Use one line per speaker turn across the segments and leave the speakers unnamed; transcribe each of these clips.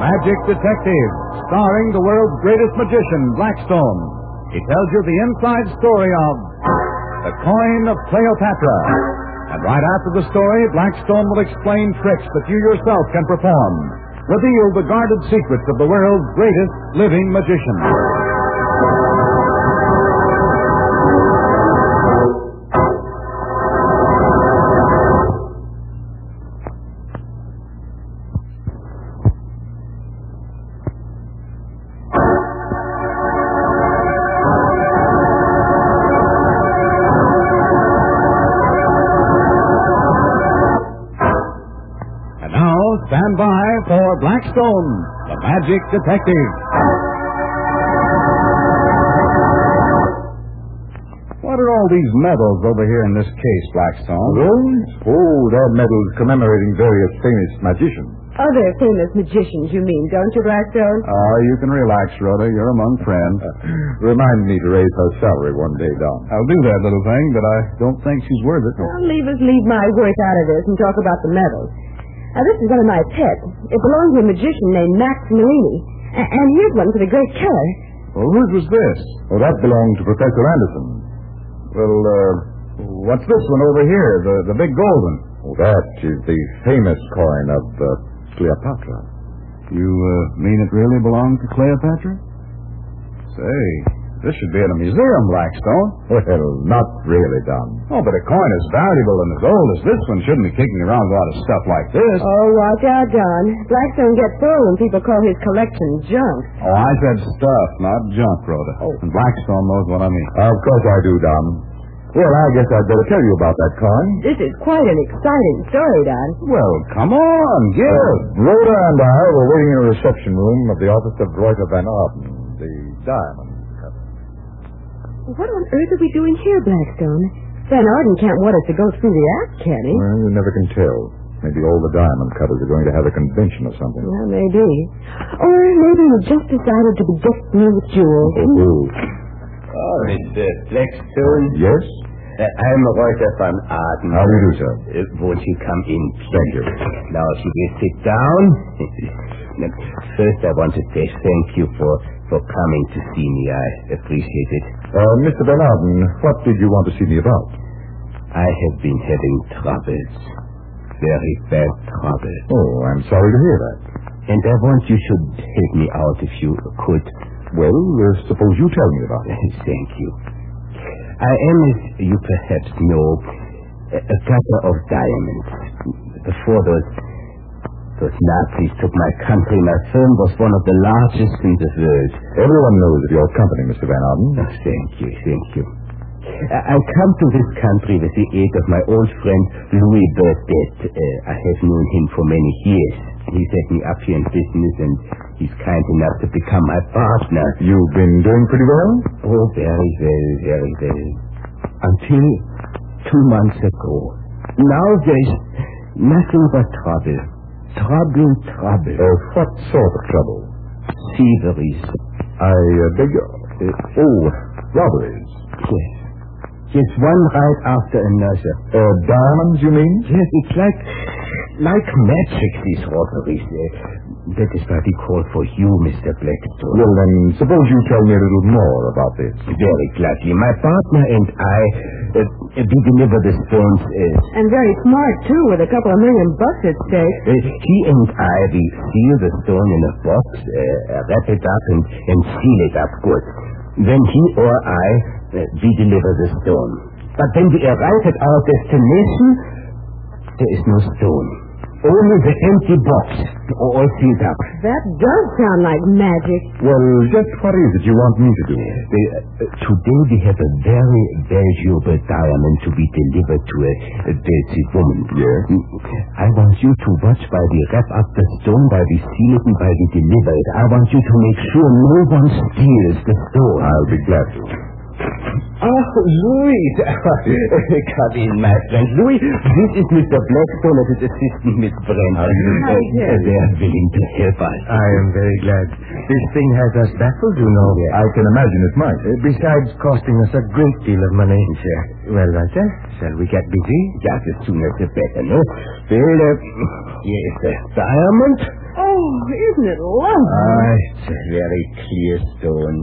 Magic Detective, starring the world's greatest magician, Blackstone. He tells you the inside story of The Coin of Cleopatra. And right after the story, Blackstone will explain tricks that you yourself can perform. Reveal the guarded secrets of the world's greatest living magician. And now, stand by for Blackstone, the magic detective. What are all these medals over here in this case, Blackstone?
Those? Oh, they're medals commemorating various famous magicians.
Other famous magicians, you mean, don't you, Blackstone?
Ah, you can relax, Rhoda. You're among friends. Remind me to raise her salary one day, Oh. Don.
I'll do that little thing, but I don't think she's worth it.
Well, leave us leave my worth out of this and talk about the medals. Now, this is one of my pets. It belongs to a magician named Max Malini. A- and here's one for the great killer.
Well, whose was this? Oh, that belonged to Professor Anderson.
Well, uh, what's this one over here? The, the big golden.
Oh, that is the famous coin of uh, Cleopatra.
You uh, mean it really belonged to Cleopatra? Say, this should be in a museum, Blackstone.
Well, not really, Don.
Oh, but a coin as valuable and as old as this one shouldn't be kicking around a lot of stuff like this.
Oh, watch out, Don. Blackstone gets sore when people call his collection junk.
Oh, I said stuff, not junk, Rhoda. Oh. And Blackstone knows what I mean.
Of course I do, Don. Well, I guess I'd better tell you about that coin.
This is quite an exciting story, Don.
Well, come on, give.
Well, Uh, Rhoda and I were waiting in a reception room of the office of Reuter Van Arden, the diamond.
What on earth are we doing here, Blackstone? Van Arden can't want us to go through the act, can he?
Well, you never can tell. Maybe all the diamond cutters are going to have a convention or something.
Well, maybe. Or maybe he just decided to bedeck me with jewels.
Oh,
Oh, Mr. Blackstone.
yes?
Uh, I'm Reuter van Aden.
How do you do, sir?
Uh, won't you come in,
Thank you.
Now, if you will sit down. Now, First, I want to say thank you for, for coming to see me. I appreciate it.
Uh, Mr. Van Arden, what did you want to see me about?
I have been having troubles. Very bad troubles.
Oh, I'm sorry to hear that.
And I want you should help me out if you could.
Well, uh, suppose you tell me about it.
Thank you. I am, as you perhaps know, a, a cutter of diamonds. Before those, those Nazis took my country, my firm was one of the largest in the world.
Everyone knows of your company, Mr. Van Arden.
Oh, thank you, thank you. I I come to this country with the aid of my old friend Louis Burdett. Uh, I have known him for many years. He set me up here in business, and he's kind enough to become my partner.
You've been doing pretty well?
Oh, very well, very well. Until two months ago. Now there's nothing but trouble. Trouble, trouble.
Uh, what sort of trouble?
Thieveries.
I uh, beg your... Uh, oh, robberies.
Yes. Yes, one right after another.
Uh, diamonds, you mean?
Yes, it's like, like magic, these robberies. Uh, that is why we call for you, Mr. Blackstone.
Well, then, suppose you tell me a little more about this.
Very gladly. My partner and I, uh, we deliver the stones uh,
And very smart, too, with a couple of million bucks at stake.
Uh, he and I, we seal the stone in a box, uh, wrap it up, and, and seal it up good. Then he or I, uh, we deliver the stone. But when we arrive at our destination, there is no stone. Only the empty box, all sealed up.
That does sound like magic.
Well, just what is it you want me to do?
The, uh, today we have a very valuable diamond to be delivered to a, a dirty woman. Mm,
Yes.
I want you to watch while we wrap up the stone, while we seal it, and while we deliver it. I want you to make sure no one steals the stone.
I'll be glad to.
Oh,
Oh, Louis. Come in, my friend. Louis, this is Mr. Blackstone and his assistant, Miss Brenner.
Hi,
Uh,
Jerry.
They are willing to help us.
I am very glad. This thing has us baffled, you know.
I can imagine it might.
Uh, Besides costing us a great deal of money.
Sure.
Well, Walter, shall we get busy?
Just as soon as the better, no? Well, uh, here is the diamond.
Oh, isn't it lovely?
Ah, it's a very clear stone.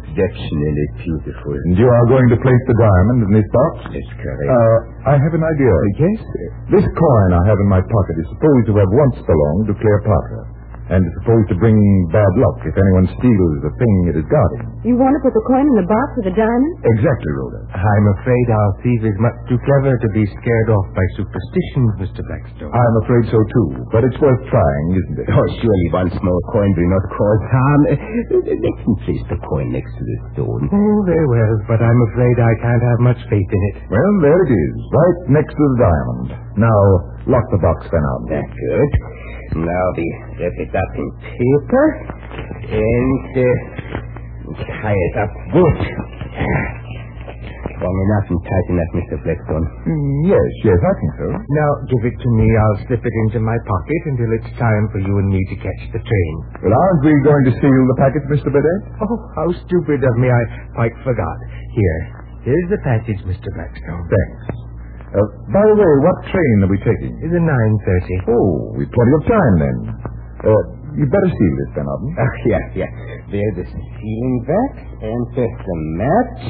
Exceptionally beautiful.
And you are going to place the diamond in this box?
Yes, correct.
Uh, I have an idea. Yes? This coin I have in my pocket is supposed to have once belonged to Cleopatra. And is supposed to bring bad luck if anyone steals the thing it is guarding.
You want to put the coin in the box with the diamond?
Exactly, Rhoda.
I'm afraid our thief is much too clever to be scared off by superstitions, Mr. Blackstone.
I'm afraid so too. But it's worth trying, isn't it?
Oh, surely one small coin will not cause harm. Uh, Let me place the coin next to the stone.
Oh, very well, but I'm afraid I can't have much faith in it.
Well, there it is, right next to the diamond. Now, lock the box then out.
That's good. Now we wrap it up in paper and uh, tie it up good. Strong enough and tight enough, Mr. Blackstone.
Mm, Yes, yes, I think so.
Now, give it to me. I'll slip it into my pocket until it's time for you and me to catch the train.
Well, aren't we going to seal the packet, Mr. Burdett?
Oh, how stupid of me. I quite forgot. Here. Here's the package, Mr. Blackstone.
Thanks. Uh, by the way, what train are we taking?
The 9.30.
Oh, we've plenty of time then. Uh, you'd better seal this then, Arden.
Ah, yeah, yeah. There's the sealing wax and there's the match.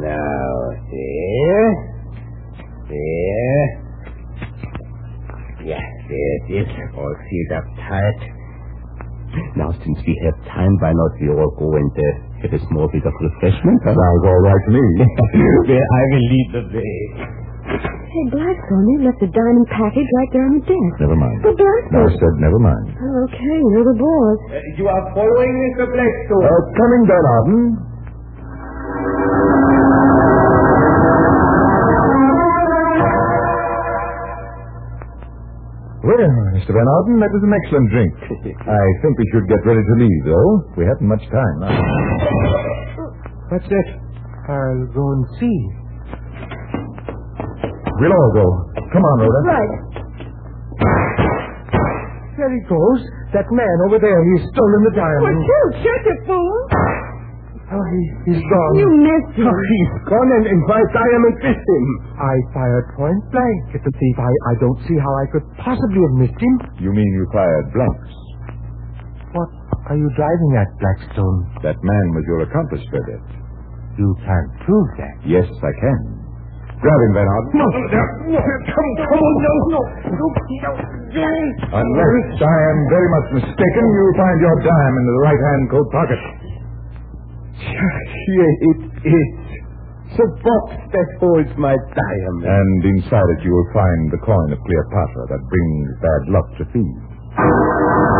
Now, there. There. Yeah, there it is. All sealed up tight. Now, since we have time, why not we all go and uh, have a small bit of refreshment? huh?
Sounds all right to me.
Where I will lead the way.
Hey, Blackstone, you left the diamond package right there on the desk.
never mind.
But
No, I
Blackstone...
said never mind.
Oh, okay, you're the boss.
Uh, you are following Mr. Blackstone.
Uh, coming down, Arden. Well, Mr. Van Arden, that was an excellent drink. I think we should get ready to leave, though. We haven't much time now.
What's that? I'll go and see.
We'll all go. Come on, Rhoda.
Right.
There he goes. That man over there. He's stolen the diamond.
you? Check it, fool.
Oh, he, he's gone.
You missed him.
He's gone and, and my diamond with him.
I fired point blank at the thief. I, I don't see how I could possibly have missed him.
You mean you fired blanks?
What are you driving at, Blackstone?
That man was your accomplice, Burdett.
You can't prove that.
Yes, I can. Grab him, Van Arden.
No, no, come, come on, no, no, no, no,
Unless I am very much mistaken, you'll find your dime in the right-hand coat pocket.
Here it is. The box that holds my diamond.
And inside it you will find the coin of Cleopatra that brings bad luck to thieves.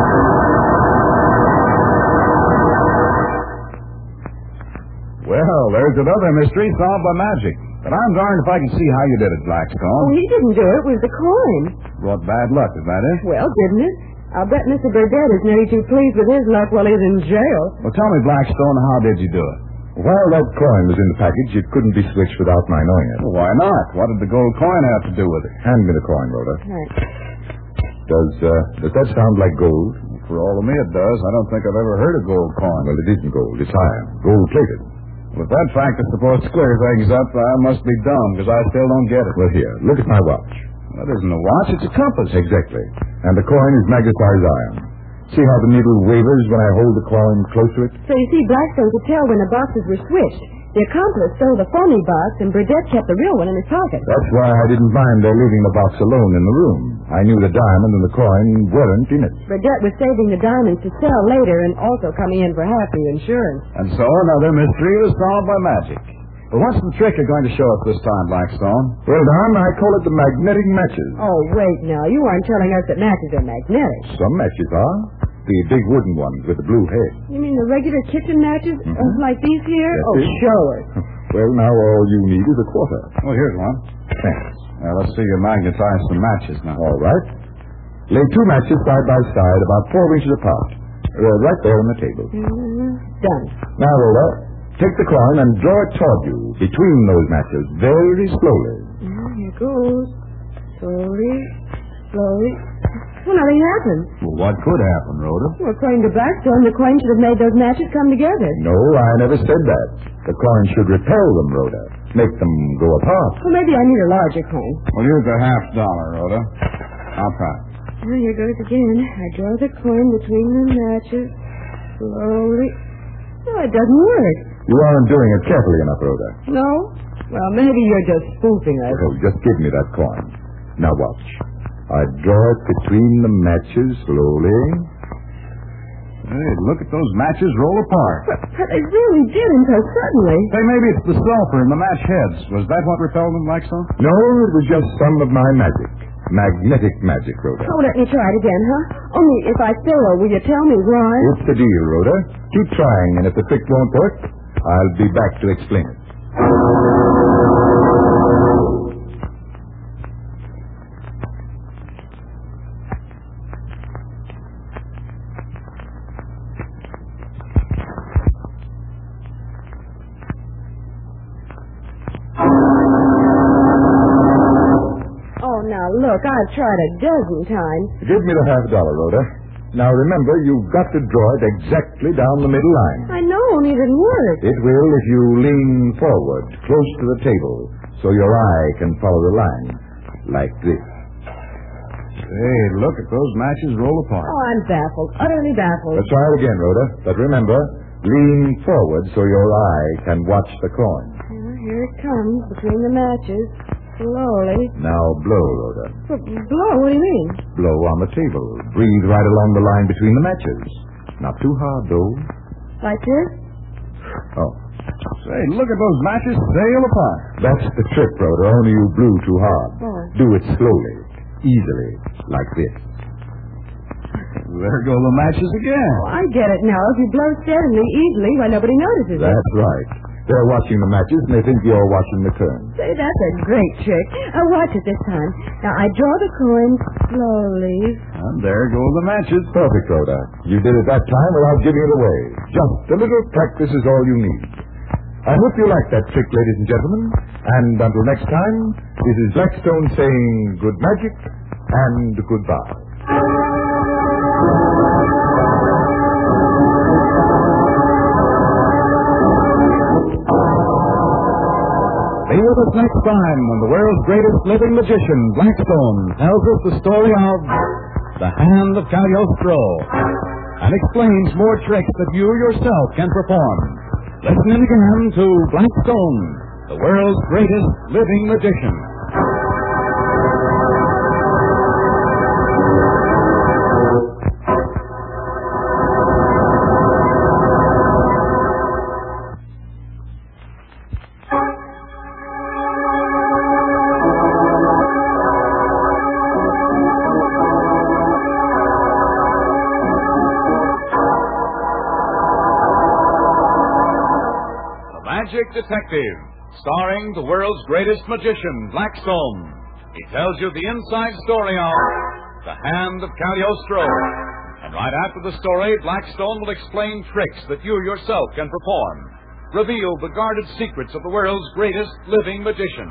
Well, there's another mystery solved by magic. But I'm darned if I can see how you did it,
Oh,
Blackstone.
he didn't do it. It was the coin.
Brought bad luck, is that it?
Well, didn't it? I'll bet Mr. Burdett is none too pleased with his luck while he's in jail.
Well, tell me, Blackstone, how did you do it?
While that coin was in the package, it couldn't be switched without my knowing it.
Why not? What did the gold coin have to do with it?
Hand me the coin, Rhoda.
Right.
Does, uh, does that sound like gold?
For all of me, it does. I don't think I've ever heard of gold coin.
Well, it isn't gold. It's iron. Gold-plated.
With that fact, it's supposed to clear things up. I must be dumb because I still don't get it.
Well, here, look at my watch.
That isn't a watch; it's a compass.
Exactly. And the coin is magnetized iron. See how the needle wavers when I hold the coin close to it?
So you see, Blackstone could tell when the boxes were switched. The accomplice stole the phony box, and Burdett kept the real one in his pocket.
That's why I didn't mind their leaving the box alone in the room. I knew the diamond and the coin weren't in it.
Burdett was saving the diamonds to sell later and also coming in for half the insurance.
And so another mystery was solved by magic. But what's the trick you're going to show us this time, Blackstone?
Well, Don, I call it the magnetic matches.
Oh, wait now. You aren't telling us that matches are magnetic.
Some matches are. The big wooden ones with the blue head.
You mean the regular kitchen matches? uh, Like these here?
Yes,
oh,
it-
show us.
Well, now all you need is a quarter.
Well, here's one.
Thanks.
Now, let's see you magnetize some matches now.
All right. Lay two matches side by side,
Mm-hmm.
about four inches apart. They're right there on the table.
Mm, Done.
Now, Lola, Take the coin and draw it toward you between those matches very slowly.
Now, Mm-hmm. here goes. Slowly, slowly. Well, nothing happened.
Well, what could happen, Rhoda?
Well, according to Blackstone, the coin should have made those matches come together.
No, I never said that. The coin should repel them, Rhoda. Make them go apart.
Well, maybe I need a larger coin.
Well, here's a half dollar, Rhoda. I'll try.
Well, here goes again. I draw the coin between the matches. Slowly. No, it doesn't work.
You aren't doing it carefully enough, Rhoda.
No? Well, maybe you're just spoofing us.
Oh, just give me that coin. Now watch. I draw it between the matches slowly.
Hey, look at those matches roll apart.
But it really did until suddenly.
Say, maybe it's the sulfur in the match heads. Was that what repelled them, Blackstone?
No, it was just some of my magic. Magnetic magic, Rhoda.
Oh, let me try it again, huh? Only if I fail, will you tell me why?
It's the deal, Rhoda. Keep trying, and if the trick won't work, I'll be back to explain it.
Oh, now look, I've tried a dozen times.
Give me the half dollar, Rhoda. Now remember, you've got to draw it exactly down the middle line.
I know, only it didn't work.
It will if you lean forward, close to the table, so your eye can follow the line. Like this.
Hey, look at those matches roll apart.
Oh, I'm baffled, utterly baffled.
Let's try it again, Rhoda. But remember, lean forward so your eye can watch the coin.
Well, here it comes, between the matches. Slowly.
Now blow, Rhoda.
But blow, what do you mean?
Blow on the table. Breathe right along the line between the matches. Not too hard, though.
Like this?
Oh,
Say, look at those matches sail apart.
that's the trick, Rhoda. Only you blew too hard.
Oh.
Do it slowly, easily, like this.
There go the matches again.
Oh, I get it now. If you blow steadily, easily, why nobody notices it.
That's right. They're watching the matches and they think you're watching the turn.
Say, that's a great trick. I'll watch it this time. Now, I draw the coin slowly.
And there go the matches.
Perfect, Rhoda. You did it that time without giving it away. Just a little practice is all you need. I hope you like that trick, ladies and gentlemen. And until next time, this is Blackstone saying good magic and goodbye.
Be with us next time when the world's greatest living magician, Blackstone, tells us the story of the Hand of Cagliostro and explains more tricks that you yourself can perform. Listen in again to Blackstone, the world's greatest living magician. The Magic Detective, starring the world's greatest magician, Blackstone. He tells you the inside story of The Hand of Cagliostro. And right after the story, Blackstone will explain tricks that you yourself can perform, reveal the guarded secrets of the world's greatest living magician.